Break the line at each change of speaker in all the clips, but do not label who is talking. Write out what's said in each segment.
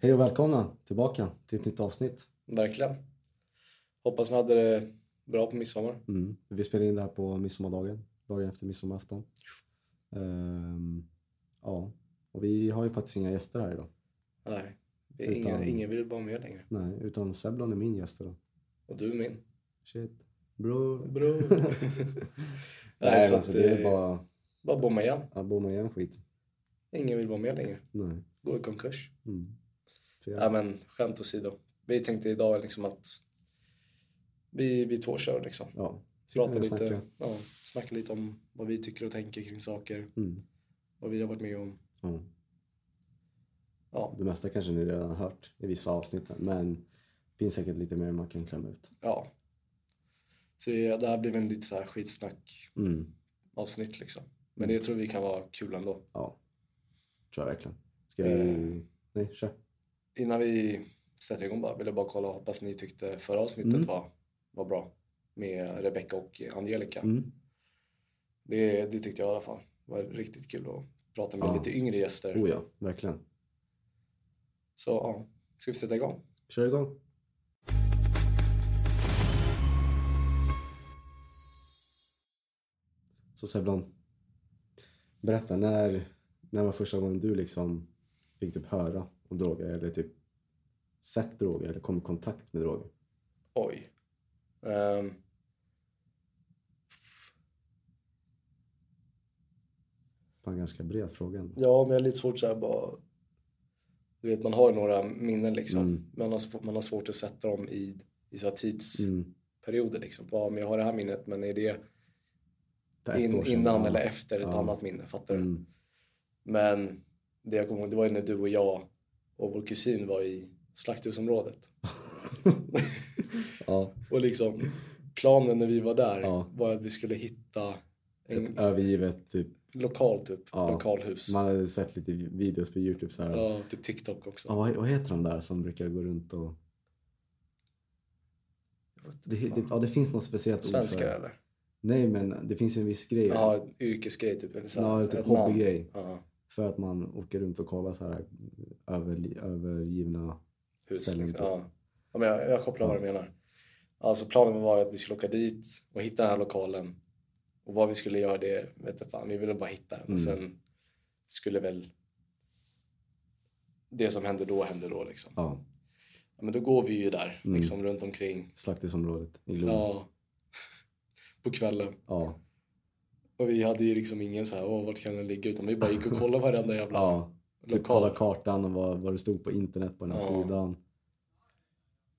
Hej och välkomna tillbaka till ett nytt avsnitt.
Verkligen. Hoppas ni hade det bra på midsommar.
Mm. Vi spelar in det här på midsommardagen, dagen efter midsommarafton. Ehm, ja, och vi har ju faktiskt inga gäster här idag.
Nej, det är ingen,
Utan-
ingen vill vara med längre.
Nej, utan Seblan är min gäst idag.
Och du är min.
Shit, bror.
Bro.
Nej,
så
men
att,
alltså det är
eh,
väl bara
bara bomma igen.
att bomma igen skit.
Ingen vill vara med längre.
Nej.
Gå i konkurs.
Mm. För
Ja.
jag-
Nej, men skämt åsido. Vi tänkte idag liksom att vi, vi två kör liksom.
Ja, sitter
Prata
ner och
lite,
snackar.
ja, snacka lite om vad vi tycker och tänker kring saker.
Mm.
Vad vi har varit med om.
Ja.
Ja,
Det mesta kanske ni redan har hört i vissa avsnitt, men det finns säkert lite mer man kan klämma ut.
ja. Så det det här blev en lite så här skitsnack
Mm.
avsnitt liksom. Men det tror vi kan vara kul ändå.
Ja, tror jag verkligen. Ska
Eh.
vi... Nej, kör.
innan vi sätter igång bara, ville jag bara kolla och hoppas ni tyckte förra avsnittet
Mm.
var, var bra med Rebecca och Angelica.
Mm.
Det, det tyckte jag i alla fall. Det var riktigt kul att prata med
Ja.
lite yngre gäster.
Oh ja, verkligen.
Så ja, ska vi sätta igång?
Kör igång. Så Seblan, berätta när, när var första gången du liksom fick typ höra om droger eller typ sett droger eller kom i kontakt med droger?
Oj. Ehm.
Fan, ganska bred fråga ändå.
ja, men jag är lite svårt så här bara... Du vet, man har ju några minnen liksom.
Mm.
Man, har, sv- man har svårt att sätta dem i, i så här tids...
Mm.
perioder. Liksom. Ja, men jag har det här minnet, men är det
För ett år
in,
sedan,
innan
ja.
eller efter ett
Ja.
annat minne? Fattar du?
Mm.
Men det jag kommer ihåg, det var ju när du och jag och vår kusin var i slakthusområdet.
Ja,
Och liksom planen när vi var där
Ja.
var att vi skulle hitta en
ett övergivet typ.
lokal typ,
Ja.
lokalhus.
Man hade sett lite videos på Youtube så här. Ja.
Ja, typ TikTok också.
vad, vad heter de där som brukar gå runt och... Det, det, ja, det finns något speciellt
Svenskar eller?
Nej, men det finns ju en viss grej.
Ja, en yrkesgrej typ. Eller så här,
Ja, typ
ett namn.
hobbygrej.
Ja,
För att man åker runt och kollar så här över, övergivna...
hus.
Ställning,
Liksom.
typ.
Ja. Ja, men jag, jag kopplar vad du menar. Alltså planen var ju att vi skulle åka dit och hitta den här lokalen. Och vad vi skulle göra det vet jag fan. Vi ville bara hitta den.
Mm.
Och sen skulle väl det som hände då hände då liksom.
Ja,
Ja, men då går vi ju där
Mm.
liksom runt omkring.
slakthusområdet i Lund. Ja.
Ja. På kvällen.
Ja.
Och vi hade ju liksom ingen så här, åh vart kan den ligga? Utan vi bara gick och kollade varenda jävla
Typ
lokal.
kolla kartan och vad, vad det stod på internet på den här
Ja.
sidan.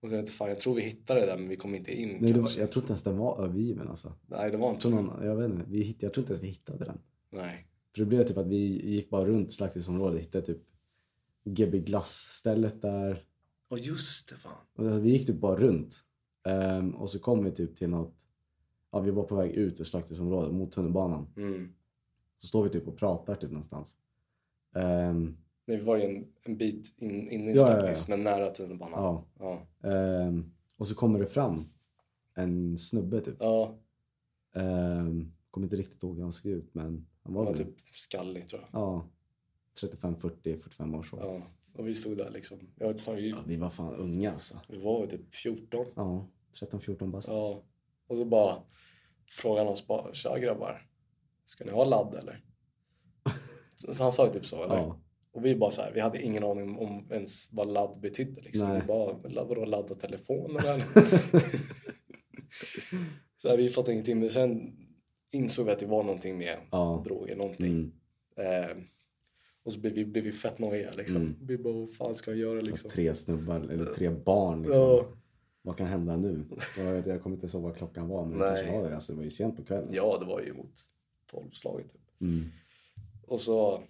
Och sen vet jag fan, jag tror vi hittade det där men vi kom inte in
Nej, det var,
kanske.
jag tror inte ens den var övergiven alltså.
Nej, det var
Jag
inte
tror, någon, jag, vet inte, vi hitt, jag tror inte ens vi hittade den.
Nej.
För det blev typ att vi gick bara runt slakthusområdet hittade typ GB Glass-stället där.
Och just det fan.
Och Alltså, vi gick typ bara runt. Ehm, och så kom vi typ till något... Ja, vi var på väg ut ur slakthusområdet mot tunnelbanan.
Mm.
Så står vi typ och pratar typ någonstans. Ehm,
Nej, vi var ju en, en bit in, inne i
Ja,
Staktis,
ja,
men nära tunnelbanan. Ja.
ja.
Ja.
Ehm, och så kommer det fram en snubbe typ.
ja,
Ehm, kommer inte riktigt ihåg hur han såg ut men han
han
var
var
väl
typ skallig tror jag.
ja, 35, 40, 45 års ålder.
Ja. Och vi stod där liksom. Jag vet fan, vi,
Ja, vi var fan unga alltså.
vi var ju typ 14.
Ja, 13, 14 bast.
Ja. Och så bara frågade han oss bara, tja grabbar, ska ni ha ladd eller? Så så han sa ju typ så eller?
Ja,
Och vi bara så här, vi hade ingen aning om, om ens vad ladd betydde liksom.
Nej.
Vi bara, "La- vadå ladda telefoner eller? så här, vi fattade ingenting. Men sen insåg vi att det var någonting med
Ja.
droger, någonting.
mm.
Eh, och så blev vi, blev vi fett nojiga liksom.
Mm.
Vi bara, vad fan ska jag göra liksom?
Tre snubbar, eller tre barn liksom.
Ja,
Vad kan hända nu? Jag, vet, jag kommer inte ihåg vad klockan var men det
Nej.
kanske var det. Alltså, det var ju sent på kvällen.
ja, det var ju mot tolvslaget typ.
Mm.
Och så...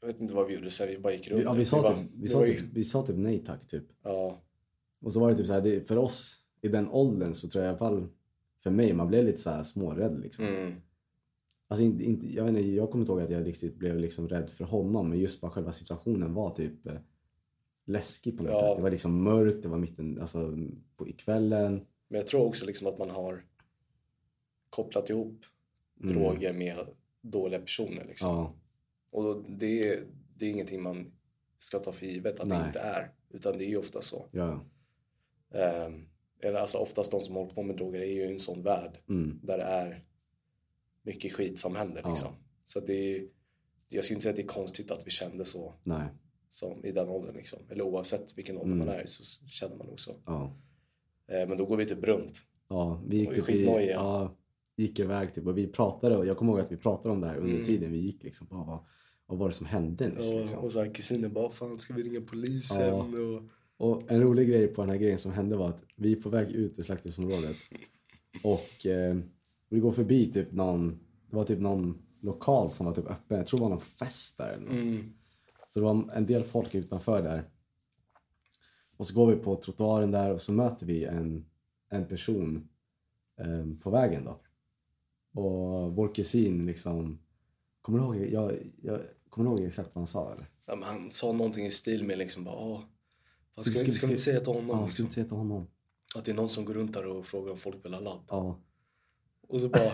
Jag vet inte vad vi gjorde sen, vi bara gick runt.
Vi, ja, vi,
bara,
sa typ, vi,
det
sa
var ju-
typ, vi sa typ nej tack typ.
Ja,
Och så var det typ så här, det, för oss i den åldern så tror jag i alla fall för mig, man blev lite så här smårädd liksom.
mm,
Alltså inte, inte, jag, vet inte, jag kommer inte ihåg att jag riktigt blev liksom rädd för honom men just bara själva situationen var typ eh, läskig på något
Ja.
sätt. Det var liksom mörkt, det var mitten, alltså på, i kvällen.
Men jag tror också liksom att man har kopplat ihop
Mm.
droger med dåliga personer. Liksom.
Ja,
Och då- det, är- det är ingenting man ska ta för givet att
Nej.
det inte är. Utan det är ju ofta så.
Ja,
Ehm, eller alltså oftast de som håller på med droger är ju i en sån värld
mm.
där det är mycket skit som händer.
Ja.
Liksom. Så det är, jag skulle inte säga att det är konstigt att vi kände så
nej,
som i den åldern. Liksom. Eller oavsett vilken ålder
Mm.
man är i så känner man nog så.
ja.
Eh, men då går vi typ runt.
Ja, vi gick,
var ju
typ, vi,
skitnojiga.
ja, gick iväg typ och vi pratade och jag kommer ihåg att vi pratade om det här under
Mm.
tiden vi gick liksom. Bara, vad, vad var det som hände nyss
Och,
liksom?
och så här, kusinen bara, fan ska vi ringa polisen?
Ja.
Och,
Och en rolig grej på den här grejen som hände var att vi är på väg ut ur slakthusområdet och eh, vi går förbi typ någon, det var typ någon lokal som var typ öppen. Jag tror det var någon fest där eller något.
mm,
Så det var en del folk utanför där. Och så går vi på trottoaren där och så möter vi en, en person eh, på vägen då. Och vår kusin liksom... Kommer du ihåg, jag, jag, kommer du ihåg exakt vad han sa? Eller?
ja, men han sa någonting i stil med liksom bara, "Åh, vad ska,
Ska-
vi-
ska-
ska vi inte säga till honom?
Ja, jag skulle
liksom?
inte säga till honom.
Att det är någon som går runt där och frågar om folk vill ha ladd.
Ja,
Och så bara,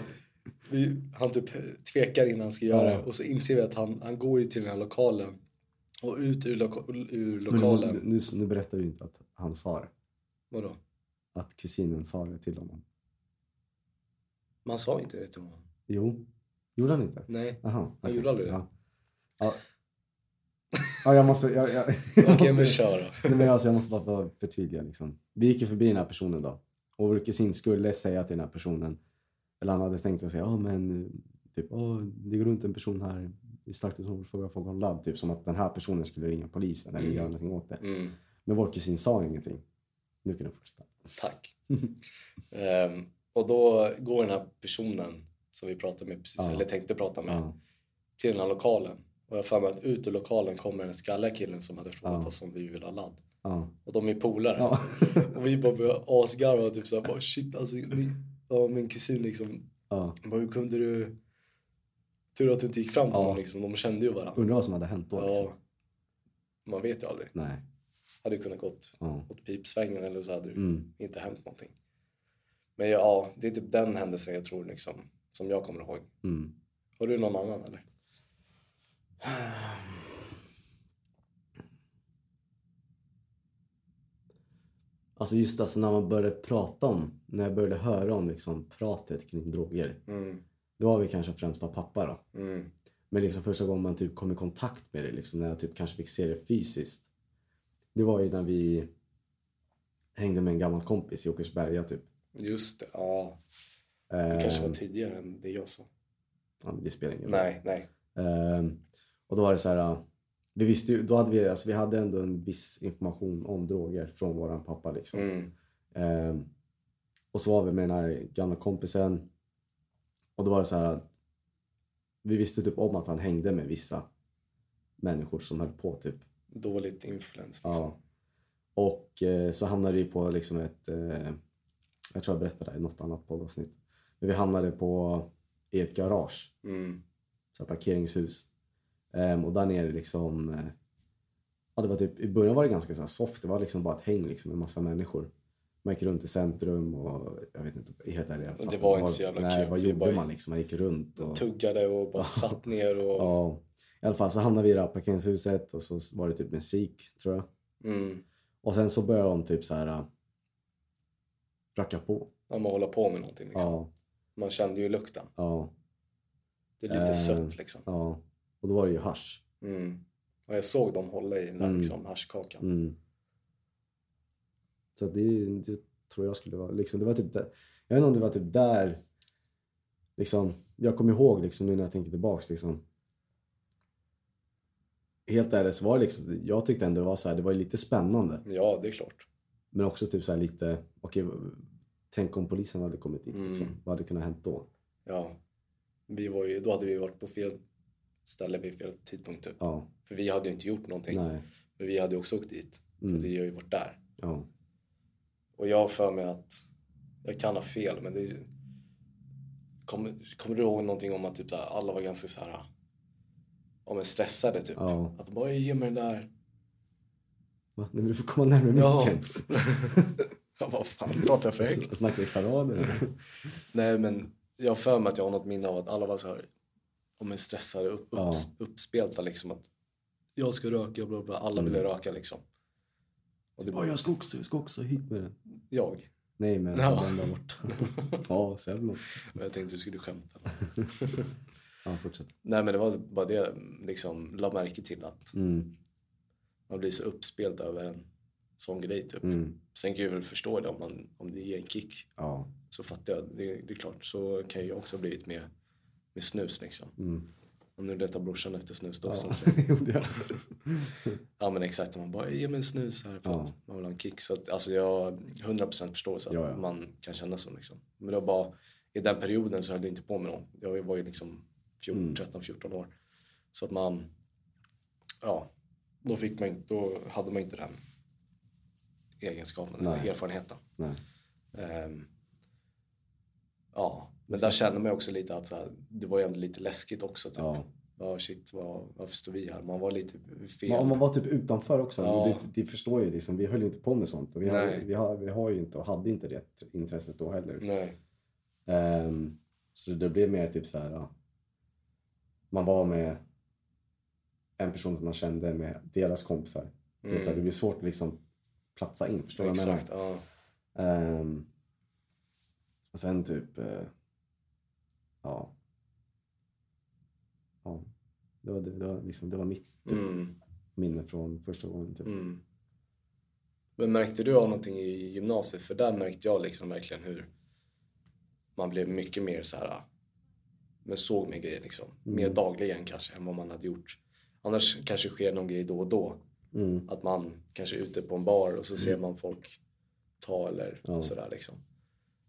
vi, han typ tvekar innan han ska göra det.
Ja.
Och så inser vi att han, han går ju till den här lokalen. Och ut ur, loka, ur
men
lokalen.
Nu, nu, nu berättar du inte att han sa det.
Vadå?
Att kusinen sa det till honom.
Man sa inte det till honom.
Jo, gjorde han inte?
Nej.
Aha, okej.
gjorde aldrig det.
Ja. Ja. ja, jag måste... Jag, jag,
Okej,
jag
men
måste-
kör då.
Nej, men alltså, jag måste bara vara förtydliga. Liksom. Vi gick ju förbi den här personen då. Och vår kusin skulle säga till den här personen, eller han hade tänkt att säga, ja men typ, oh, det går runt en person här i slakthusområdet och frågar folk om ladd. Typ som att den här personen skulle ringa polisen eller
Mm.
göra någonting åt det.
Mm,
Men vår kusin sa ingenting. Nu kan du fortsätta.
tack. Ehm, och då går den här personen som vi pratade med precis,
Ja.
eller tänkte prata med,
Ja,
till den här lokalen. Och jag har för mig att ut ur lokalen kommer den skalliga killen som hade frågat
Ja.
oss om vi vill ha ladd.
ja,
Och de är polare.
ja.
Och vi bara började asgarva typ såhär, bara, shit alltså ni, ja, min kusin liksom,
ja.
bara, hur kunde du? Tur att du inte gick fram till
Ja.
honom liksom, de kände ju varandra.
Undrar vad som hade hänt då. Liksom.
Ja, man vet ju aldrig.
Nej.
Hade ju kunnat gått
Ja.
åt pipsvängen eller så hade det
Mm.
inte hänt någonting. Men ja, det är typ den händelsen jag tror liksom, som jag kommer ihåg.
Mm.
Har du någon annan eller?
Ehm. Alltså just alltså när man började prata om, när jag började höra om liksom pratet kring droger.
Mm,
Det var vi kanske främst av pappa då.
mm,
Men liksom första gången man typ kom i kontakt med det, liksom, när jag typ kanske fick se det fysiskt. Det var ju när vi hängde med en gammal kompis i Åkersberga typ.
just det. Ja,
Ehm,
det kanske var tidigare än det jag sa.
ja, men det spelar ingen roll.
Nej, nej.
Ehm, och då var det så här, ja, vi visste ju, då hade vi, alltså vi hade ändå en viss information om droger från våran pappa liksom.
Mm,
Ehm, och så var vi med den här gamla kompisen. Och då var det så här att vi visste typ om att han hängde med vissa människor som höll på typ.
dåligt influens liksom.
Ja. Och eh, så hamnade vi på liksom ett, eh, jag tror jag berättade det här i något annat poddavsnitt. Men vi hamnade på, i ett garage
Mm.
så här parkeringshus. Ehm, och där nere liksom... eh, Ja, det var typ, I början var det ganska så här soft. Det var liksom bara ett häng liksom, med massa människor. Man gick runt i centrum och jag vet inte, helt ärligt. jag
det
fattar
var
inte
inte
vad-
så jävla
Nej,
kul.
vad
Det
gjorde
var-
man liksom? Man gick runt och...
tuggade och bara satt ner och...
Ja. I alla fall så hamnade vi i det här parkeringshuset och så var det typ musik, tror jag.
Mm.
Och sen så började de typ så här... äh, Racka på.
Man hålla på med någonting liksom.
Ja,
Man kände ju lukten.
ja,
Det är lite
Eh.
sött liksom.
ja. Och då var det ju hasch.
Mm. Och jag såg dem hålla i den där
Mm.
liksom, haschkakan.
Mm. Så det, det tror jag skulle vara... Liksom, det var typ där, jag vet inte om det var typ där... Liksom, jag kommer ihåg liksom, nu när jag tänker tillbaks. Liksom, helt ärligt så var det liksom, jag tyckte ändå det var så här, det var ju lite spännande.
Ja, det är klart.
Men också typ så här lite, okej, tänk om polisen hade kommit dit.
Mm.
Liksom, vad hade kunnat hänt då?
Ja. Vi var ju, då hade vi varit på fel ställe vid fel tidpunkt. Typ.
Ja,
För vi hade ju inte gjort någonting.
nej.
Men vi hade ju också åkt dit.
Mm.
För vi har ju varit där.
Ja,
Och jag har för mig att... Jag kan ha fel, men det... är ju- Kommer, kommer du ihåg någonting om att typ, så här, alla var ganska så här... Ja, men stressade typ.
ja.
Att de bara, ge mig den där.
Va? Nej, men du får komma närmare
Ja.
micken.
Jag bara, Typ. fan pratar jag för högt?
Jag snackar i karader. här.
Nej, men jag har för mig att jag har något minne av att alla var så här, om en stressade, upp,
Ja.
upps- uppspelta liksom. Att jag ska röka, bla bla. Alla ville röka liksom. Och det
Åh,
var
Typ, jag ska också, jag ska också, hit med den.
jag.
Nej, men
Ja.
den där borta. ja, Sävlon.
Men jag tänkte du skulle skämta.
Ja, fortsätt.
Nej men det var bara det jag liksom la märke till att
Mm,
man blir så uppspelt över en sån grej typ.
mm,
Sen kan jag väl förstå det om, man, om det ger en kick.
ja.
Så fattar jag, det, det är klart. Så kan jag också ha blivit med, med snus liksom.
Mm.
Och nu letar brorsan efter snusdosan.
Ja,
Så,
det gjorde jag.
ja men exakt, man bara ge mig en snus här för
Ja.
att man vill ha en kick. Så att, alltså jag har 100% förståelse att
Ja, ja.
man kan känna så liksom. Men det var bara, i den perioden så höll jag inte på med någon. Jag var ju liksom 14,
Mm.
13, 14 år. Så att man, ja, då fick man inte, då hade man inte den egenskapen, eller
Nej.
erfarenheten.
Nej.
Ehm, ja, men där känner man ju också lite att så här, det var ju ändå lite läskigt också. Typ.
Ja.
Ja. shit, vad, varför står vi här? Man var lite fel.
Men om man var typ utanför också.
Ja.
Det, det förstår ju liksom, vi höll ju inte på med sånt. Och vi, har,
Nej.
vi, har, vi har ju inte och hade inte det intresset då heller.
Nej,
Ehm, så det blev mer typ så här... ja, Man var med en person som man kände med deras kompisar. Det, är så här, det blir svårt att liksom platsa in. Förstår du vad jag menar?
Mm. exakt. Ja.
Ehm, och sen typ... eh, ja. Ja. Det var, det, det var, liksom, det var mitt typ,
Mm,
minne från första gången. Typ.
mm. Men märkte du av någonting i gymnasiet? För där märkte jag liksom verkligen hur man blev mycket mer så här, ah, men såg mer grejer liksom.
Mm.
Mer dagligen kanske än vad man hade gjort. Annars kanske sker någon grej då och då.
Mm.
Att man kanske är ute på en bar och så ser man folk ta eller
Ja.
sådär liksom.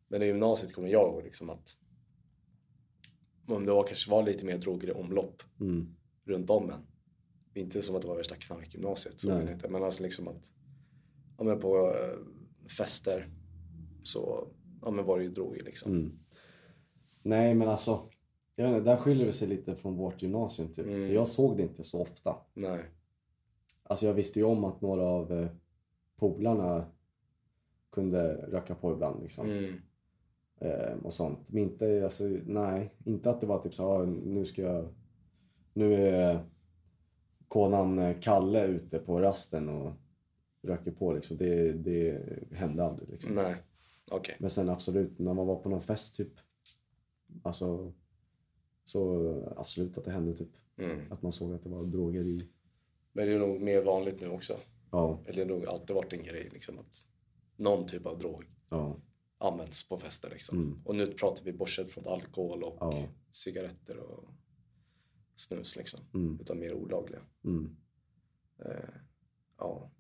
Men i gymnasiet kommer jag ihåg liksom att om det var, kanske var lite mer droger i omlopp
Mm.
runt om en. Inte som att det var värsta knarkgymnasiet, så
Nej.
menar jag inte. Men alltså liksom att ja, men på eh, fester så ja, men var det ju droger liksom.
Mm. Nej, men alltså... Jag vet inte, där skiljer det sig lite från vårt gymnasium. Typ.
Mm.
För Jag såg det inte så ofta.
Nej.
Alltså jag visste ju om att några av eh, polarna kunde röka på ibland. Liksom.
Mm.
eh, och sånt. Men inte, alltså, nej, inte att det var typ så här, "Ah, nu ska jag... Nu är konan eh, Kalle ute på rasten och röker på liksom. Det, det hände aldrig liksom.
Nej. Okej.
Men sen absolut, när man var på någon fest typ. Alltså, så absolut att det hände typ.
Mm.
Att man såg att det var droger i...
Men det är nog mer vanligt nu också.
Ja,
Eller det har nog alltid varit en grej liksom att någon typ av drog
ja,
används på fester. Liksom. Och nu pratar vi bortsett från alkohol och
Mm. Ja.
cigaretter och snus. Liksom.
Mm.
Utan mer olagliga. eh,
mm.
Ja.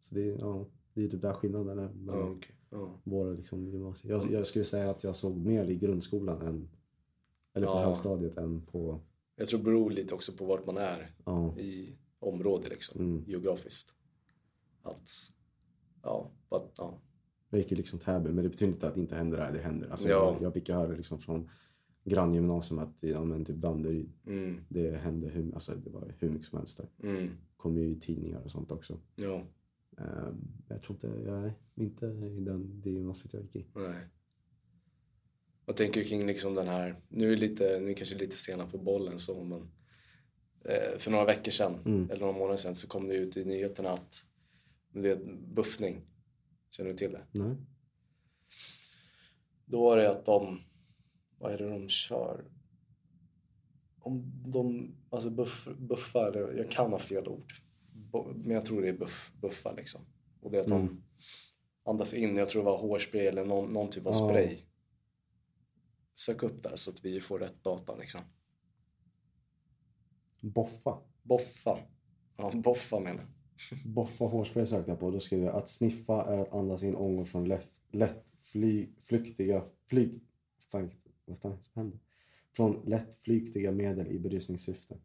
Så det, ja, det är typ där skillnaden är.
Ja,
mellan
okej. ja.
våra liksom, gymnasier. Jag, jag skulle säga att jag såg mer i grundskolan än, eller på
Ja.
högstadiet än på...
Jag tror det beror lite också på vart man är
Ja,
i område liksom.
Mm.
Geografiskt. Att, ja, but, ja.
jag gick ju liksom Täby, men det betyder inte att det inte händer där. Det händer. Alltså,
Ja.
jag, jag fick ju höra liksom från granngymnasium att ja, men typ Danderyd,
Mm,
det hände hur, alltså, det var hur mycket som helst där.
mm,
kom ju i tidningar och sånt också.
ja,
Ehm, jag tror inte, jag, nej, inte i den, det gymnasiet jag gick i.
nej. Vad tänker du kring liksom den här, nu är det lite, nu kanske lite sena på bollen så men eh, för några veckor sedan eller några månader sedan så kom det ut i nyheterna att det är buffning. Känner du till det?
Nej.
Då var det att de... Vad är det de kör? Om de... Alltså buff, buffar... eller- Jag kan ha fel ord. Bu- Men jag tror det är buff, buffar liksom. Och det är att de andas in, jag tror det var hårspray eller någon, någon typ av
Ja.
spray. Sök upp där så att vi får rätt data liksom.
Boffa.
Boffa. Ja, boffa menar jag.
Boffa hårspray sökte jag på. Då skrev jag att sniffa är att andas in ångor från lätt, lätt fly, flyktiga... Flyg, fan, vad fan som händer? Från lättflyktiga medel i berusningssyfte.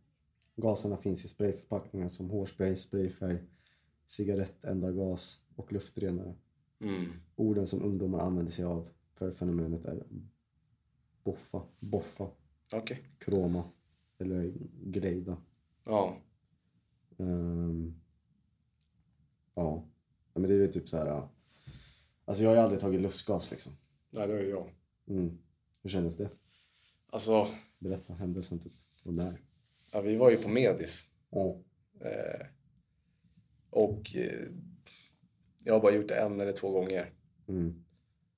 Gaserna finns i sprayförpackningar som hårspray, sprayfärg, cigarettändargas och luftrenare.
Mm.
Orden som ungdomar använder sig av för fenomenet är boffa, boffa,
Okej.
kroma eller grejda.
Ja.
Ehm, ja. ja, men det är väl typ så här... ja. Alltså jag har ju aldrig tagit lustgas liksom.
Nej, det är jag.
Mm. Hur kändes det?
Alltså,
Berätta händelsen typ. Och när.
ja, vi var ju på Medis.
Ja.
Eh, Eh, och eh, jag har bara gjort det en eller två gånger.
Mm.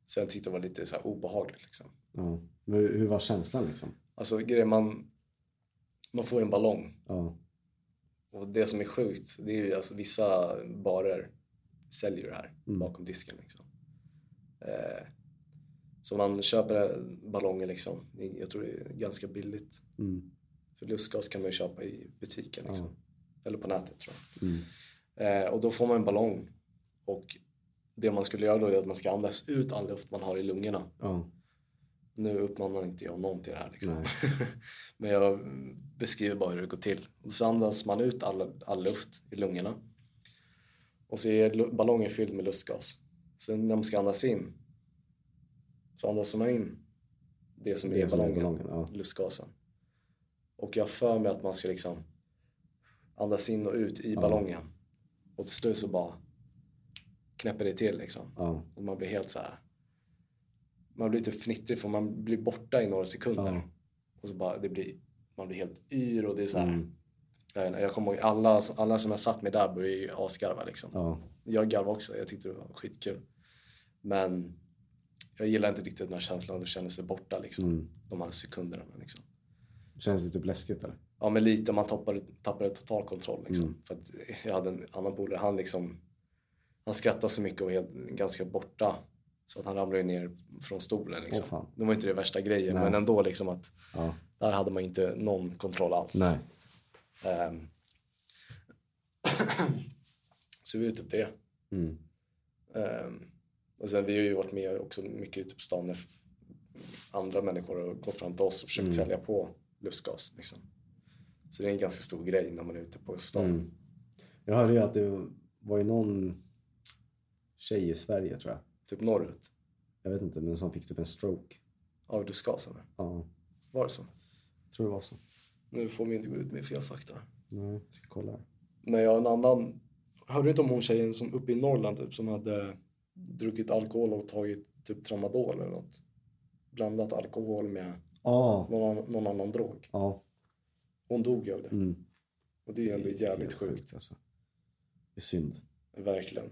Sen tyckte jag det var lite så här obehagligt. Liksom.
Ja. Men hur, hur var känslan liksom?
Alltså grejen man, man får ju en ballong.
Ja.
Och det som är sjukt, det är ju alltså vissa barer säljer ju det här
Mm.
bakom disken liksom. Eh, så man köper ballonger liksom, Det- jag tror det är ganska billigt.
Mm.
För lustgas kan man ju köpa i butiken liksom. Eller på nätet tror jag.
Mm.
Eh, och då får man en ballong. Och det man skulle göra då är att man ska andas ut all luft man har i lungorna.
Ja.
Nu uppmanar inte jag någon till det här liksom.
Nej.
Men jag mm, beskriver bara hur det går till. Och så andas man ut all, all luft i lungorna. Och så är lu- ballongen fylld med lustgas. Så när man ska andas in så andas man in det som är i
Det som är i
ballongen,
ballongen, ja.
lustgasen. Och jag har för mig att man ska liksom andas in och ut i ballongen. Och till slut så bara knäpper det till liksom.
Ja.
Och man blir helt så här. Man blir typ fnittrig för man blir borta i några sekunder.
Ja.
Och så bara, det blir, man blir helt yr och det är så här.
Mm.
Jag, vet inte, jag kommer ihåg, alla, alla som jag satt med där började ju asgarva liksom.
Ja.
Jag garvade också, jag tyckte det var skitkul. Men jag gillar inte riktigt den här känslan att känna sig borta liksom.
Mm.
De här sekunderna liksom.
Känns det typ läskigt eller?
Ja men lite, man tappade, tappade total kontroll liksom.
Mm.
För att jag hade en annan polare, han liksom han skrattade så mycket och var helt, ganska borta så att han ramlade ju ner från stolen liksom.
Åh, fan.
det var inte det värsta grejen
Nej.
men ändå liksom att
Ja.
där hade man inte någon kontroll alls.
Nej.
Ehm. så vi är typ det.
Mm.
Ehm, och sen vi har ju varit med också mycket ute på stan när f- andra människor har gått fram till oss och försökt sälja på lustgas. Liksom. Så det är en ganska stor grej när man är ute på stan.
Mm. Jag hörde ju att det var ju någon tjej i Sverige tror jag.
Typ norrut.
Jag vet inte, men som fick typ en stroke.
Av lustgas eller?
Ja,
Var det så?
tror det var så.
Nu får vi inte gå ut med fel fakta.
Nej, jag ska kolla här.
Men jag har en annan... Hörde du inte om hon tjejen som uppe i Norrland typ som hade druckit alkohol och tagit typ tramadol eller något? Blandat alkohol med
Ja,
någon, annan- någon annan drog.
ja.
Hon dog ju av det.
Mm.
Och det är ju ändå jävligt
Helt
sjukt.
alltså. Det är synd.
Verkligen.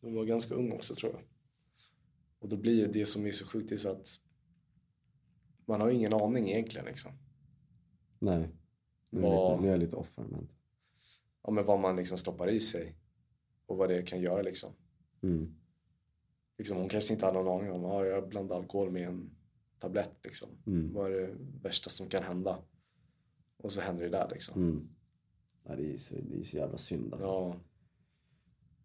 Hon var ganska ung också tror jag. Och då blir ju det som är så sjukt det är så att man har ju ingen aning egentligen liksom.
Nej, nu är, jag
Ja.
lite, nu är jag lite off här, men...
Ja, men vad man liksom stoppar i sig och vad det kan göra liksom.
Mm.
liksom hon kanske inte hade någon aning om att ja, jag blandade alkohol med en tablett liksom.
Mm.
Vad är det värsta som kan hända? Och så händer det där liksom.
Mm. Nej, det, är så, det är så jävla synd. Alltså.
Ja,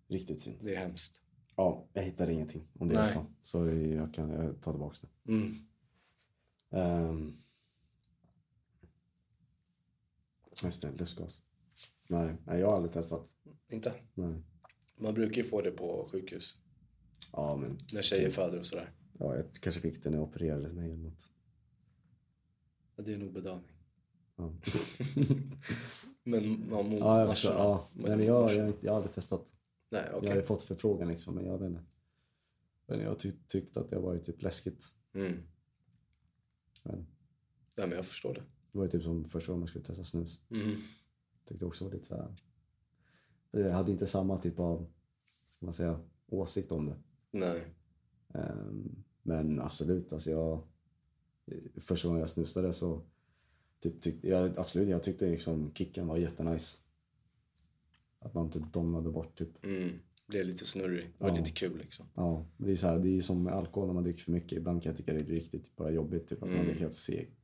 Riktigt synd.
det är hemskt.
Ja, jag hittade ingenting om det
Nej.
jag sa. Så jag kan jag tar tillbaka det.
Mm.
Um, just det, lustgas. Nej, nej, jag har aldrig testat.
Inte?
Nej.
Man brukar ju få det på sjukhus
Ja, men
när tjejer föder och sådär.
ja, jag kanske fick det när jag opererade mig eller något.
Ja, det är nog bedövning.
Ja.
Men man mår
Ja, jag förstår. Ja.
Men-
Nej, men jag, jag, har inte- jag har aldrig testat.
Nej, okej.
Jag har ju fått förfrågan liksom, men jag vet inte. Men jag har ty- tyckt att det har varit typ läskigt.
Mm.
Jag vet inte.
Nej, men jag förstår det.
Det var ju typ som första gången man skulle testa snus.
Mm.
tyckte också var lite så här. Jag hade inte samma typ av, ska man säga, åsikt om det.
Nej.
Ehm, Men absolut, alltså jag... Första gången jag snusade så... Typ, tyck, jag, absolut, jag tyckte liksom kicken var jättenice. Att man typ domnade bort typ.
Mm. Blev lite snurrig. Det var
Ja.
lite kul liksom.
Ja, men det är så här, det är ju som med alkohol när man dricker för mycket. Ibland kan jag tycka det är riktigt bara jobbigt, typ att man
Mm.
blir helt seg.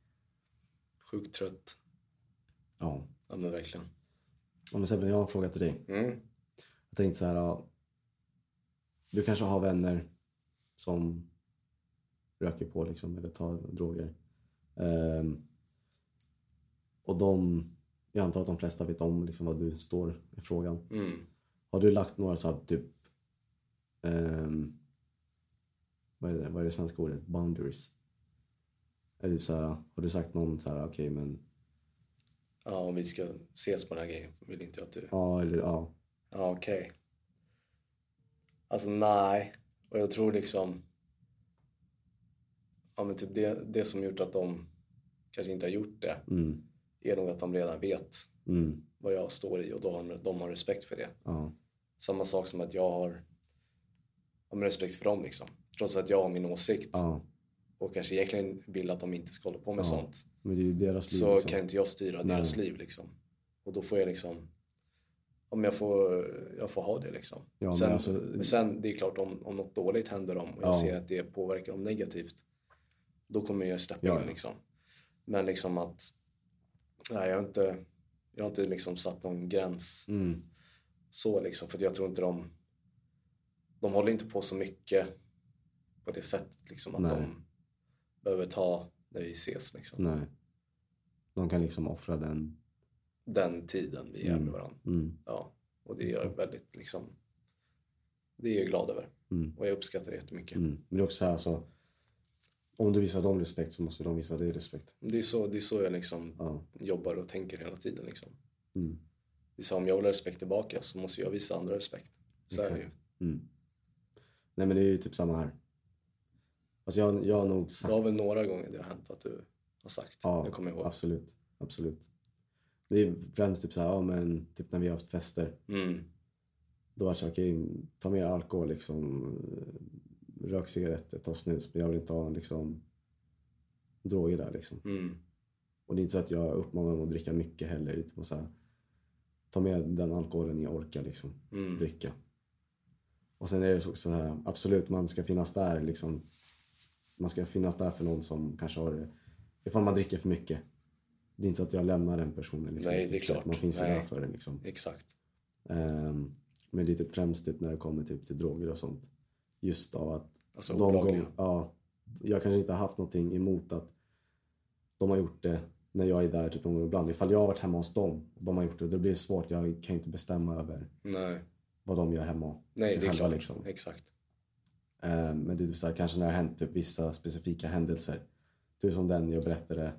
Sjukt trött.
Ja.
Ja, men verkligen.
Och men Sebbe, jag har en fråga till dig.
Mm.
Jag tänkte så här, ja, du kanske har vänner som röker på liksom, eller tar droger. Ehm, och de, jag antar att de flesta vet om liksom, vad du står i frågan.
Mm.
Har du lagt några så här, typ, ehm, vad, är det, vad är det svenska ordet? Boundaries? Eller typ så här, har du sagt någon så här, okej men,
Ja, om vi ska ses på den här grejen vill inte jag att du...
ja eller ja.
Ja, okej. Alltså, nej. Och jag tror liksom... Ja, men typ det, det som gjort att de kanske inte har gjort det
Mm,
är nog att de redan vet
Mm.
vad jag står i och då har, de har respekt för det.
Ja.
Samma sak som att jag har, ja, men respekt för dem liksom. Trots att jag har min åsikt
ja.
och kanske egentligen vill att de inte ska hålla på med
Ja,
sånt
Men det är ju deras liv.
så
liksom.
kan inte jag styra
Nej.
deras liv liksom. Och då får jag liksom, om jag får, jag får ha det liksom.
Ja, men
sen, men
alltså-
sen det är klart om, om något dåligt händer dem och jag
Ja.
ser att det påverkar dem negativt, då kommer jag steppa
Ja,
in
ja.
liksom. Men liksom att, nej jag har inte, jag har inte liksom satt någon gräns
Mm.
så liksom. För jag tror inte de... De håller inte på så mycket på det sättet liksom att
Nej.
de behöver ta när vi ses liksom.
Nej. De kan liksom offra den.
Den tiden vi är
Mm.
med varandra.
Mm.
Ja. Och det är jag väldigt liksom... Det är jag glad över.
Mm.
Och jag uppskattar det jättemycket.
Mm. Men det är också så här, alltså, om du visar dem respekt så måste de visa dig respekt.
Det, är så, det är så jag liksom
Ja.
jobbar och tänker hela tiden liksom.
Mm.
Det är så, om jag vill ha respekt tillbaka så måste jag visa andra respekt. Så är det ju.
Exakt. Mm. Nej men det är ju typ samma här. Alltså jag, jag har nog
Det
sagt...
har väl några gånger det har hänt att du har sagt.
Ja,
jag kommer ihåg.
absolut. Absolut. Det är främst typ så här, ja men typ när vi har haft fester.
Mm.
Då var det såhär, okej, ta mer alkohol liksom. eh, Rök cigaretter, ta snus. Men jag vill inte ha liksom droger där liksom.
Mm.
Och det är inte så att jag uppmanar dem att dricka mycket heller. Det är typ så här, ta med den alkoholen ni orkar liksom.
Mm.
Dricka. Och sen är det också så här, absolut man ska finnas där liksom. Man ska finnas där för någon som kanske har det. Ifall man dricker för mycket. Det är inte så att jag lämnar den personen. Liksom,
Nej,
i
det är
sticket.
klart.
Man finns ju
Nej.
där för den liksom.
Exakt.
Ehm, men det är typ främst typ när det kommer typ till droger och sånt. Just av att...
Alltså
de
olagliga.
gång- ja, jag kanske inte har haft någonting emot att de har gjort det när jag är där typ någon gång ibland. Ifall jag har varit hemma hos dem och de har gjort det, då blir det svårt. Jag kan ju inte bestämma över
Nej,
vad de gör hemma. hos
Nej
sig
det är
själva,
klart.
liksom.
Exakt.
Ehm, Men det är typ så här, kanske när det har hänt typ vissa specifika händelser. Du som den jag berättade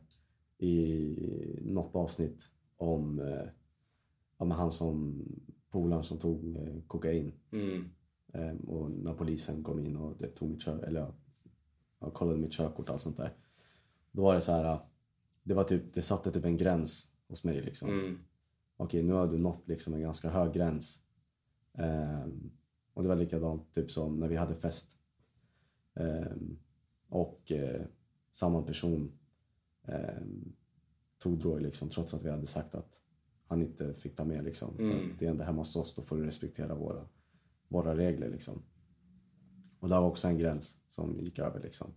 i något avsnitt om, eh, ja, men han som polaren som tog eh, kokain.
Mm.
Ehm, Och när polisen kom in och det tog mitt kör, eller ja, ja, kollade mitt körkort och allt sånt där. Då var det så här, ja, det, var typ, det satte typ en gräns hos mig. Liksom.
Mm.
Okej, nu har du nått liksom en ganska hög gräns. Ehm, och det var likadant typ som när vi hade fest. Ehm, och eh, samma person ehm, tog droger liksom, trots att vi hade sagt att han inte fick ta med. Liksom.
Mm.
Att Det är ändå hemma hos oss, då får du respektera våra, våra regler. Liksom. Och där var också en gräns som gick över. Liksom.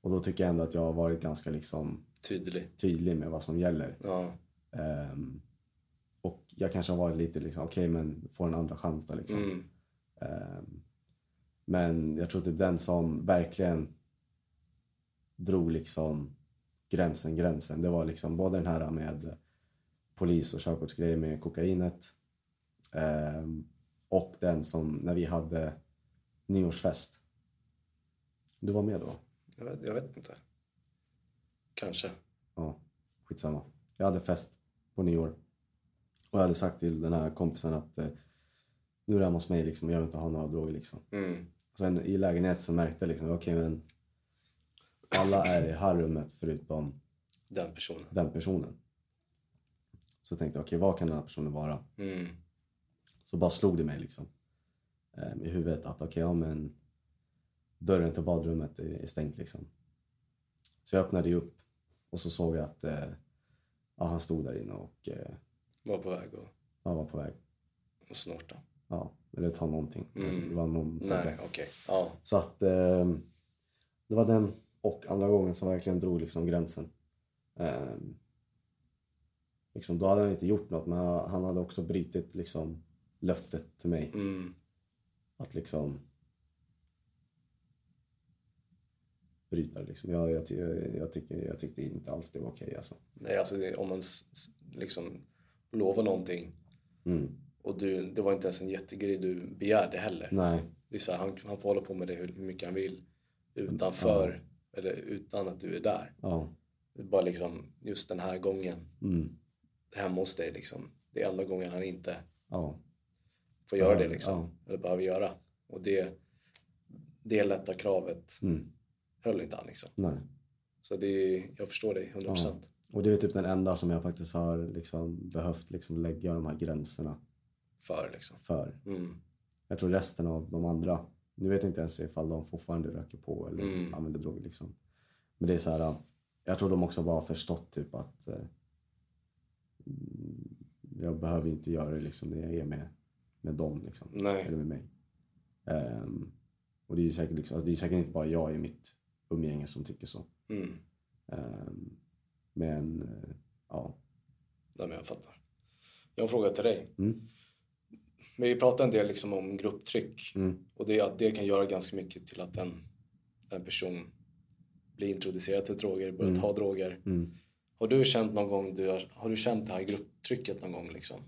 Och då tycker jag ändå att jag har varit ganska liksom,
Tydlig.
tydlig med vad som gäller.
Ja.
Ehm, och jag kanske har varit lite liksom, okej men får en andra chans då liksom.
Mm.
Ehm, men jag tror typ den som verkligen drog liksom gränsen, gränsen. Det var liksom både den här med polis och körkortsgrejen med kokainet. Ehm, och den som, när vi hade nyårsfest. Du var med då?
Jag, vet, jag vet inte. Kanske.
Ja, skitsamma. Jag hade fest på nyår. Och jag hade sagt till den här kompisen att eh, nu är det hemma hos mig liksom, och jag vill inte ha några droger. Liksom.
Mm.
Och sen i lägenheten så märkte jag liksom, okej men alla är i det här rummet förutom
Den personen.
den personen. Så tänkte jag, okej vad kan den här personen vara?
Mm.
Så bara slog det mig liksom eh, i huvudet att okej, ja men dörren till badrummet är, är stängt liksom. Så jag öppnade ju upp och så såg jag att eh, ja, han stod där inne och eh,
Var på väg och,
han var på väg.
och snorta.
Ja, eller ta någonting. Jag
Mm.
vet inte, Det var någon
Nej, okej. Ja.
Så att eh, det var den och andra gången som verkligen drog liksom gränsen. Eh, liksom, då hade han inte gjort något men han hade också brutit liksom löftet till mig.
Mm.
att liksom bryta det. Liksom. Jag, jag, ty- jag, jag, tycker, jag tyckte inte alls det var okej. alltså.
Nej, alltså det, om man s- s- liksom lovar någonting
mm.
och du, det var inte ens en jättegrej du begärde heller.
Nej,
Det är så här, han, han får hålla på med det hur mycket han vill utanför eller utan att du är där.
ja.
Det är Bara liksom just den här gången
Mm.
hemma hos dig liksom. Det är enda gången han inte
ja.
får göra
Ja,
det liksom. Eller behöver göra. Och det, det lätta kravet
Mm.
höll inte han liksom.
Nej.
Så det är, jag förstår dig 100%. procent.
Och det är typ den enda som jag faktiskt har liksom behövt liksom lägga de här gränserna
för liksom.
för.
Mm.
Jag tror resten av de andra, nu vet jag inte ens ifall de fortfarande röker på eller
Mm.
använder droger liksom. Men det är så här, jag tror de också bara har förstått typ att eh, mm, jag behöver inte göra det liksom när jag är med, med dem liksom.
Nej.
Eller med mig. Ehm, och det är ju säkert, liksom, alltså det är säkert inte bara jag i mitt umgänge som tycker så.
Mm.
Ehm, men eh, ja.
Nej, men jag fattar. Jag har en fråga till dig.
Mm.
Men vi pratar en del liksom om grupptryck
Mm.
och det, att det kan göra ganska mycket till att en, en person blir introducerad till droger, börjar ta droger.
Mm.
Har du känt någon gång, du har, har du känt det här grupptrycket någon gång liksom?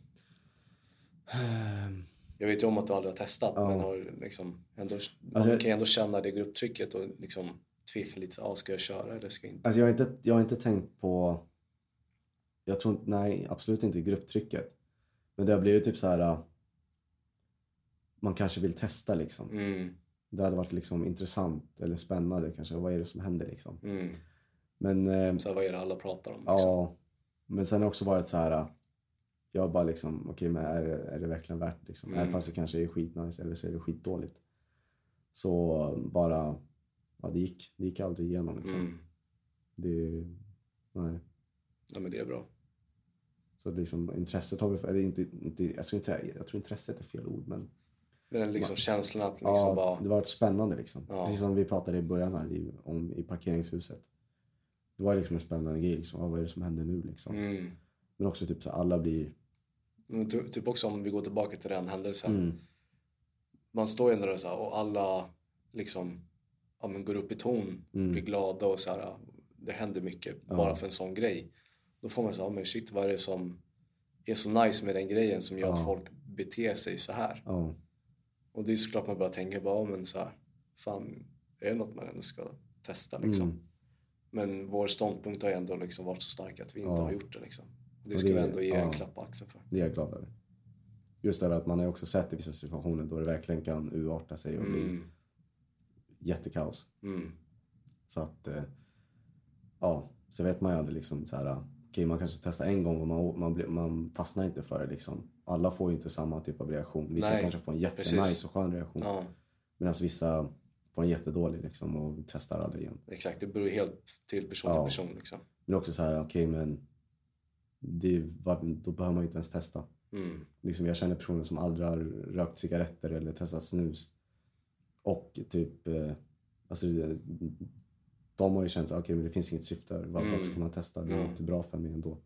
Jag vet ju om att du aldrig har testat men har du liksom ändå,
Alltså-
man kan ju ändå känna det grupptrycket och liksom tveka lite, så, ah, ska jag köra eller ska jag inte?
Alltså jag har inte, jag har inte tänkt på... Jag tror inte- nej, absolut inte grupptrycket. Men det har blivit typ så här... äh, Man kanske vill testa liksom.
Mm,
Det hade varit liksom intressant eller spännande kanske. Vad är det som händer liksom?
mm.
Men... eh,
Så här, vad är det alla pratar om? Liksom?
Ja. Men sen har det också varit så här... äh, Jag har bara liksom, okej men är det, är det verkligen värt det? Liksom?
Mm.
Även fast det kanske är skitnice eller så är det skitdåligt. Så äh, bara, ja det gick, det gick aldrig igenom liksom.
Mm.
Det, nej.
Ja, men det är bra.
Så liksom, intresset har vi... Eller inte, inte, jag, skulle inte säga, jag tror intresset är fel ord, men...
Men den liksom känslan att liksom
ja,
bara...
Det har varit spännande. Liksom.
Ja.
Precis som vi pratade i början här i, om, i parkeringshuset. Det var liksom en spännande grej. Liksom. Ja, vad är det som händer nu? Liksom.
Mm.
Men också typ så här, alla blir...
Men ty- typ också om vi går tillbaka till den händelsen.
Mm,
Man står ju ändå där så här och alla liksom ja, men går upp i ton,
Mm.
blir glada och så här. Det händer mycket bara för en sån grej. Då får man så här, ja, men shit vad är det som är så nice med den grejen som gör att
Ja.
folk beter sig så här.
ja,
Och det är såklart man börjar tänka bara, ja, men så här, fan, är det något man ändå ska testa liksom?
Mm.
Men vår ståndpunkt har ju ändå liksom varit så stark att vi inte
Ja.
har gjort det liksom. Det
Och
ska
det-
vi ändå ge en
ja.
klapp på axeln för.
det är jag glad över. Just det här att man har ju också sett i vissa situationer då det verkligen kan urarta sig och bli
Mm.
jättekaos.
Mm.
Så att... eh, Ja, så vet man ju aldrig liksom så här... Okej, man kanske testar en gång och man, man, blir, man fastnar inte för det liksom. Alla får ju inte samma typ av reaktion. Vissa
Nej,
kanske får en jättenice
precis.
och skön reaktion.
Ja.
Medan vissa får en jättedålig liksom och testar aldrig igen.
Exakt, det beror ju helt till person till
Ja.
person. Liksom.
Men också så här, okej men det, är- var- då behöver man ju inte ens testa.
Mm.
Liksom, jag känner personer som aldrig har rökt cigaretter eller testat snus. Och typ, eh, alltså det- de har ju känt att okay, men det finns inget syfte. Var- Varför
Mm.
ska man testa? Det är
Ja.
inte bra för mig ändå.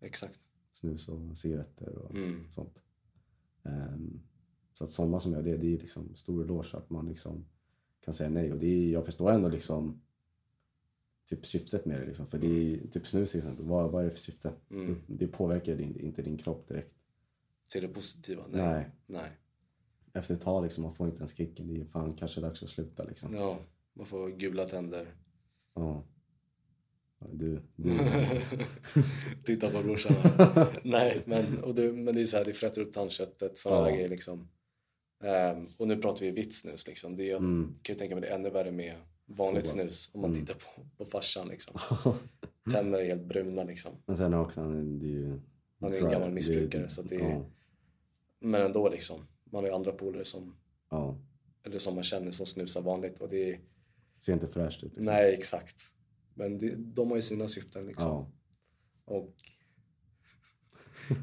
Exakt.
Snus och cigaretter och
Mm.
sånt. Ehm, så att sådana som gör det, det är liksom stor eloge att man liksom kan säga nej. Och det är, jag förstår ändå liksom typ syftet med det. Liksom. För det är typ snus till exempel, vad, vad är det för syfte?
Mm.
Det påverkar din, inte din kropp direkt.
Till det positiva? Nej.
Nej.
Nej. Nej.
Efter ett tag liksom, man får inte ens kicken. Det är fan kanske dags att sluta liksom.
Ja, man får gula tänder.
Ja. Ja, Du, du.
Titta på brorsan. här. Nej, men, och det, men det är så här, det fräter upp tandköttet. Sådana
Ja.
där grejer liksom. Ehm, och nu pratar vi vitt snus liksom. Det är, ju-
Mm.
kan ju tänka mig det är ännu värre med vanligt
Tobak.
snus. Om man
Mm.
tittar på, på farsan liksom. Tänder är helt bruna liksom.
Men sen också, det är ju...
Han är ju en gammal missbrukare, så att det är-
Ja.
Men ändå liksom. Man har ju andra polare som,
ja.
eller som man känner som snusar vanligt. Och det är,
Ser inte fräscht ut. liksom.
Nej, exakt. Men det, de har ju sina syften liksom.
Ja.
Och...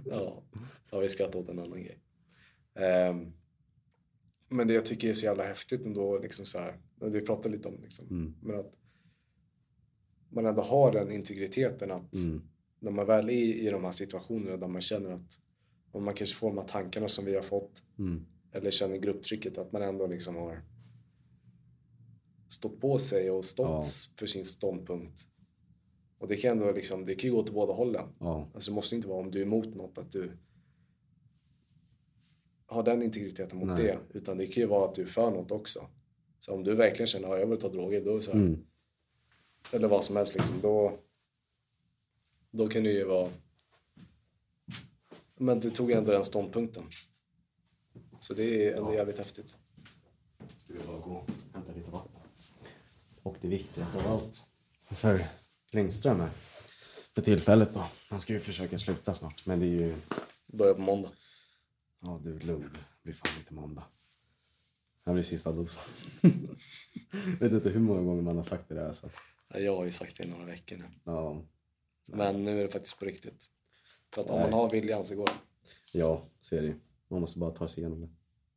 ja, ja, vi skrattar åt en annan grej. Ehm, men det jag tycker är så jävla häftigt ändå, liksom så här, och vi pratade lite om det, liksom,
Mm.
men att man ändå har den integriteten att
Mm.
när man väl är i de här situationerna där man känner att om man kanske får de här tankarna som vi har fått
Mm.
eller känner grupptrycket att man ändå liksom har stått på sig och stått
Ja.
för sin ståndpunkt. Och det kan ändå liksom, det kan ju gå till båda hållen.
Ja.
Alltså det måste inte vara om du är emot något att du har den integriteten mot
Nej.
det. Utan det kan ju vara att du är för något också. Så om du verkligen känner att jag vill ta droger, då så här,
Mm.
eller vad som helst liksom, då, då kan det ju vara... Men du tog ändå den ståndpunkten. Så det är ändå jävligt häftigt.
Ska vi bara gå och hämta lite vatten. Och det viktigaste av allt. För Klingström här. För tillfället då. Han ska ju försöka sluta snart. Men det är ju...
Börjar på måndag.
Ja du, lugn. Det blir fan inte måndag. Han blir sista dosan. vet inte hur många gånger man har sagt det där alltså.
Ja, Jag har ju sagt det i några veckor nu.
Ja.
Men nu är det faktiskt på riktigt. För att om
Nej.
man har viljan så går det.
Ja, ser det. Man måste bara ta sig igenom det.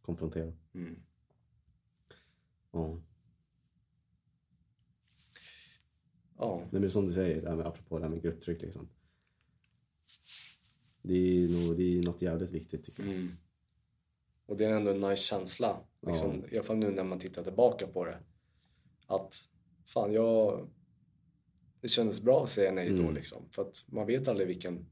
Konfrontera.
Mm.
Ja.
Ja.
Nej, men det är som du säger, det här med, apropå det här med grupptryck. Liksom. Det, är nog, det är något jävligt viktigt tycker jag.
Mm. Och det är ändå en nice känsla. Liksom, I alla fall nu när man tittar tillbaka på det. Att fan, jag... Det kändes bra att säga nej då
Mm.
liksom. För att man vet aldrig vilken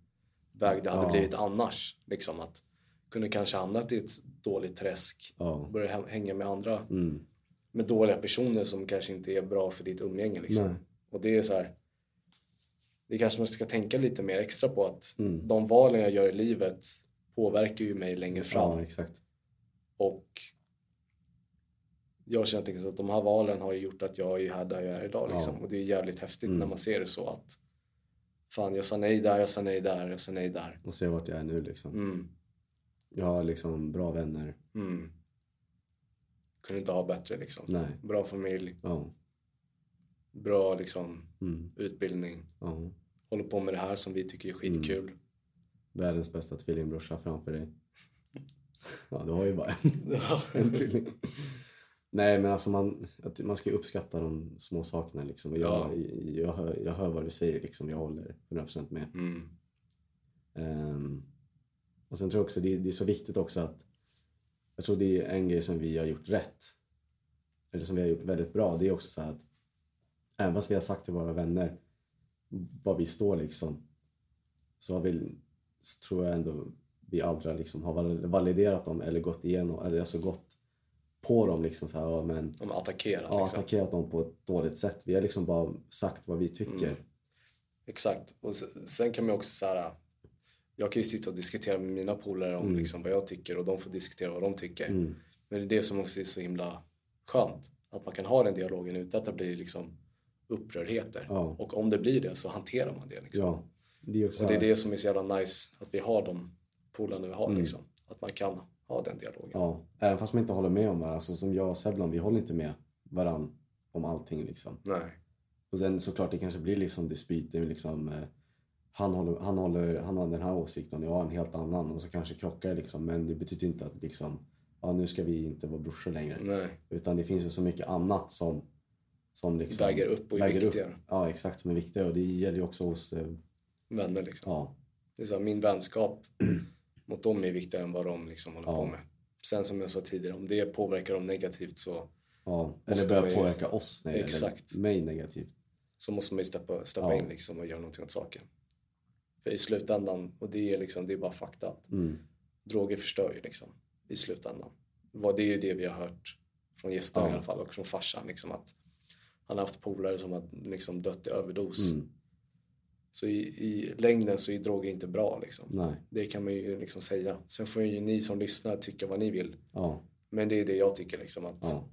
väg det hade
Ja.
blivit annars. Liksom att kunde kanske hamnat i ett dåligt träsk.
Ja.
Börja hä- hänga med andra,
Mm.
med dåliga personer som kanske inte är bra för ditt umgänge liksom.
Nej.
Och det är så här. Det kanske man ska tänka lite mer extra på att
Mm.
de valen jag gör i livet påverkar ju mig längre fram.
Ja, exakt.
Och jag känner att de här valen har ju gjort att jag är här där jag är idag.
Ja.
Liksom. Och det är jävligt häftigt
Mm.
när man ser det så att fan jag sa nej där, jag sa nej där, jag sa nej där.
Och se vart jag är nu liksom.
Mm.
Jag har liksom bra vänner.
Mm. Kunde inte ha bättre liksom.
Nej.
Bra familj,
Ja.
bra liksom,
Mm.
utbildning.
ja.
Håller på med det här som vi tycker är skitkul.
Mm. Världens bästa tvillingbrorsa framför dig. Ja, du har ju bara en, en tvilling. Nej, men alltså man, att man ska ju uppskatta de små sakerna liksom. Och jag, jag, hör, jag hör vad du säger liksom. Jag håller 100% med.
Mm.
Ehm, och sen tror jag också det, det är så viktigt också att jag tror det är en grej som vi har gjort rätt. Eller som vi har gjort väldigt bra. Det är också så här att även fast vi har sagt till våra vänner vad vi står liksom. Så har vi, så tror jag ändå vi aldrig liksom har val- validerat dem eller gått igenom, eller alltså gått på dem liksom så här, ja men
De har attackerat
ja,
liksom.
attackerat dem på ett dåligt sätt. Vi har liksom bara sagt vad vi tycker.
Exakt. Och se- sen kan man ju också så här. Jag kan ju sitta och diskutera med mina polare
Mm.
om liksom vad jag tycker och de får diskutera vad de tycker. Men det är det som också är så himla skönt. Att man kan ha den dialogen utan att det blir liksom upprördheter.
Ja.
Och om det blir det så hanterar man det. Liksom.
Ja, det är också så
Och det är
här-
det som är så jävla nice att vi har de polarna vi har. Liksom. Att man kan ha den dialogen.
Ja, även fast man inte håller med om varandra. Alltså, som jag och Seblan, vi håller inte med varandra om allting. Liksom.
Nej.
Och sen såklart det kanske blir liksom dispyter. Liksom, eh, han, håller, han, håller, han har den här åsikten och jag har en helt annan. Och så kanske krockar det liksom. Men det betyder inte att liksom, ja, nu ska vi inte vara brorsor längre.
Nej.
Utan det finns ju så mycket annat som, som liksom,
Väger upp och är
väger upp.
viktigare.
Ja, exakt. Som är viktigare. Och det gäller ju också hos... eh,
Vänner liksom.
Ja,
Det är så här, min vänskap mot dem är viktigare än vad de liksom håller
Ja.
på med. Sen som jag sa tidigare, om det påverkar dem negativt så,
ja.
Måste
Eller börjar
vi-
påverka oss. Nej,
Exakt.
Eller mig negativt.
så måste man ju steppa, steppa
Ja.
in liksom och göra någonting åt saken. För i slutändan, och det är, liksom, det är bara fakta, att
Mm.
droger förstör ju liksom i slutändan. Vad- Det är ju det vi har hört från gästerna
Ja.
i alla fall och från farsan. Liksom, att han har haft polare som har liksom, dött i överdos.
Mm.
Så i, i längden så är droger inte bra. Liksom.
Nej.
Det kan man ju liksom säga. Sen får ju ni som lyssnar tycka vad ni vill.
Ja.
Men det är det jag tycker liksom att
ja.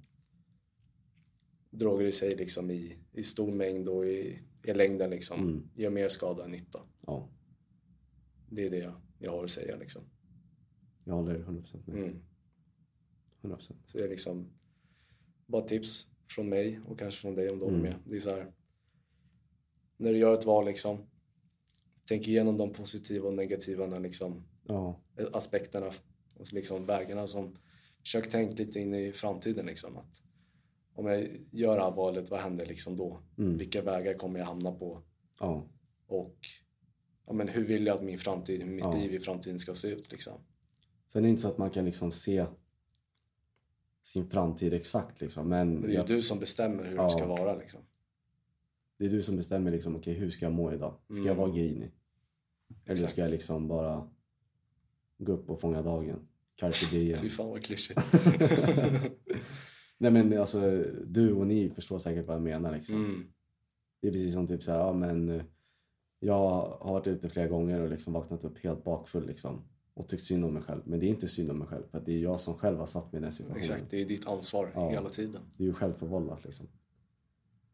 droger i sig liksom i, i stor mängd och i, i längden liksom
Mm.
gör mer skada än nytta.
ja.
Det är det jag, jag har att säga liksom.
Jag håller 100% med.
Mm.
100%.
Så det är liksom bara tips från mig och kanske från dig om du håller
Mm.
med. Det är så här, när du gör ett val liksom, tänk igenom de positiva och negativa liksom,
Ja,
aspekterna och liksom vägarna som försök tänk lite in i framtiden liksom att om jag gör det här valet, vad händer liksom då?
Mm.
Vilka vägar kommer jag hamna på?
ja,
Och ja, men hur vill jag att min framtid, mitt
Ja.
liv i framtiden ska se ut liksom?
Sen är det inte så att man kan liksom se sin framtid exakt. Liksom. Men
Det är ju
jag,
du som bestämmer hur
Ja.
det ska vara liksom.
det är du som bestämmer liksom, okay, hur ska jag må idag. Ska jag
Mm.
vara grinig? Eller
Exakt.
ska jag liksom bara gå upp och fånga dagen? Carpe
Fy
diem.
fan vad klyschigt.
Nej, men alltså, du och ni förstår säkert vad jag menar. Liksom.
Mm.
Det är precis som typ så här, ja, men eh, jag har varit ute flera gånger och liksom vaknat upp helt bakfull liksom, och tyckt synd om mig själv. Men det är inte synd om mig själv för att det är jag som själv har satt mig i den situationen.
Exakt, det är ditt ansvar
Ja.
hela tiden.
Det är ju självförvållat liksom.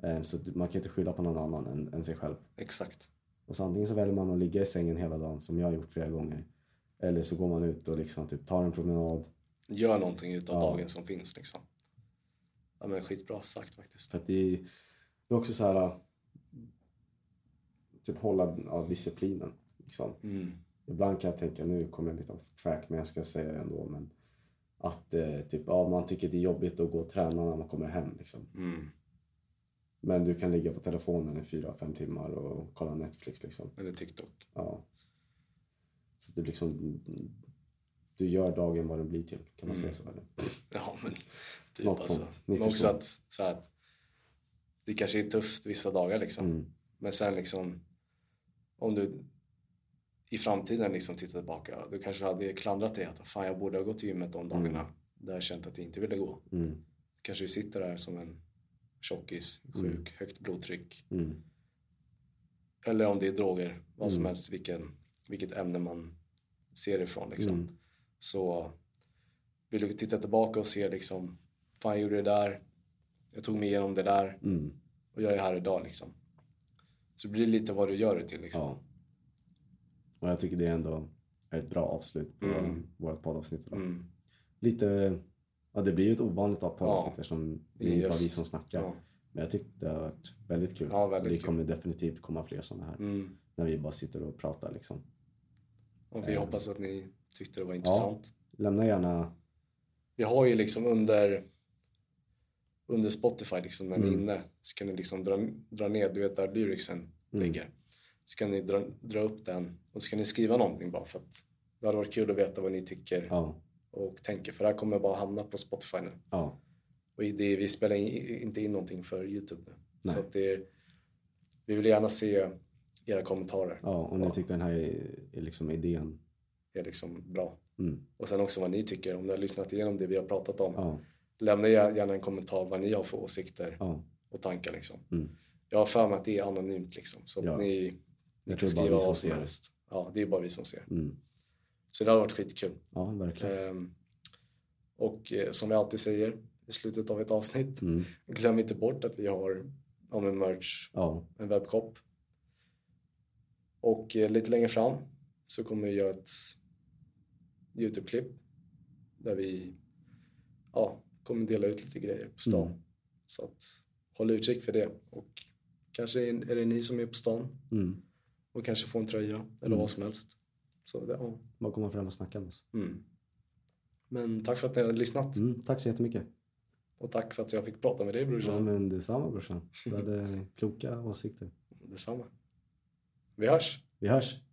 Eh, Så att man kan inte skylla på någon annan än, än sig själv.
Exakt.
Och så antingen så väljer man att ligga i sängen hela dagen som jag har gjort flera gånger. Eller så går man ut och liksom typ tar en promenad.
Gör någonting utav
Ja.
dagen som finns liksom. Ja men skitbra sagt faktiskt.
För att det, är, det är också så här... äh, Typ hålla ja, disciplinen. Liksom.
Mm.
Ibland kan jag tänka, nu kommer jag lite off track men jag ska säga det ändå. Men att eh, typ, ja, man tycker det är jobbigt att gå och träna när man kommer hem. Liksom.
Mm.
Men du kan ligga på telefonen i fyra, fem timmar och kolla Netflix. Liksom.
Eller TikTok.
Ja. Så det blir liksom... Du gör dagen vad den blir till. Kan man säga
Mm.
så? Eller?
Ja men typ
Något
alltså.
sånt. Ni
Men också
förstår.
att, så här, att det kanske är tufft vissa dagar liksom.
Mm.
Men sen liksom om du i framtiden liksom tittar tillbaka. Du kanske hade klandrat dig att fan jag borde ha gått till gymmet de dagarna där jag känt att jag inte ville gå.
Mm.
Kanske du sitter där som en tjockis, sjuk, högt blodtryck.
Mm.
Eller om det är droger, vad som helst, vilken, vilket ämne man ser ifrån. Liksom. Så vill du titta tillbaka och se liksom, fan jag gjorde det där, jag tog mig igenom det där
Mm.
och jag är här idag liksom. Så det blir lite vad du gör det till liksom.
Ja. Och jag tycker det är ändå ett bra avslut på vårt poddavsnitt idag.
Mm.
Lite... Ja, det blir ju ett ovanligt poddavsnitt
Ja.
eftersom det
Det är
är bara
just-
vi som snackar.
Ja.
Men jag tyckte det har varit väldigt kul.
Ja, väldigt
det
kul.
kommer definitivt komma fler sådana här.
Mm.
När vi bara sitter och pratar liksom.
Och vi hoppas att ni tyckte det var intressant.
Lämna gärna...
Vi har ju liksom under under Spotify liksom när ni
Mm.
är inne så kan ni liksom dra, dra ner, du vet där lyricsen
Mm.
ligger. Så kan ni dra, dra upp den och så kan ni skriva någonting bara för att det hade varit kul att veta vad ni tycker
Ja.
och tänker för det här kommer bara hamna på Spotify nu.
Ja.
Och i det, vi spelar in, inte in någonting för Youtube nu.
Nej.
Så att det, vi vill gärna se era kommentarer.
ja om ni tyckte den här i- i liksom idén.
är liksom bra.
Mm.
Och sen också vad ni tycker om ni har lyssnat igenom det vi har pratat om.
Ja.
Lämna gärna en kommentar vad ni har för åsikter
Ja.
och tankar. Liksom.
Mm.
Jag har för mig att det är anonymt. Liksom, så att
Ja.
ni, ni
Jag
kan
tror det är bara vi
skriva
som
vad som
ser det.
helst. Ja, det är bara vi som ser.
Mm.
Så det har varit skitkul.
Ja, verkligen.
Ehm, och eh, som vi alltid säger i slutet av ett avsnitt,
Mm.
glöm inte bort att vi har ja, men merch,
Ja.
en webbshop. Och eh, lite längre fram så kommer vi göra ett Youtube-klipp där vi ja, kommer dela ut lite grejer på stan.
Mm.
Så att håll utkik för det. Och kanske är är det ni som är på stan
Mm.
och kanske får en tröja eller vad som helst. Så det, ja.
Bara komma fram och snacka med oss.
mm. Men tack för att ni har lyssnat
Mm. Tack så jättemycket.
och tack för att jag fick prata med dig
Ja,
brorsan.
men detsamma brorsan. Du hade kloka åsikter.
Detsamma. Vi hörs!
Vi hörs!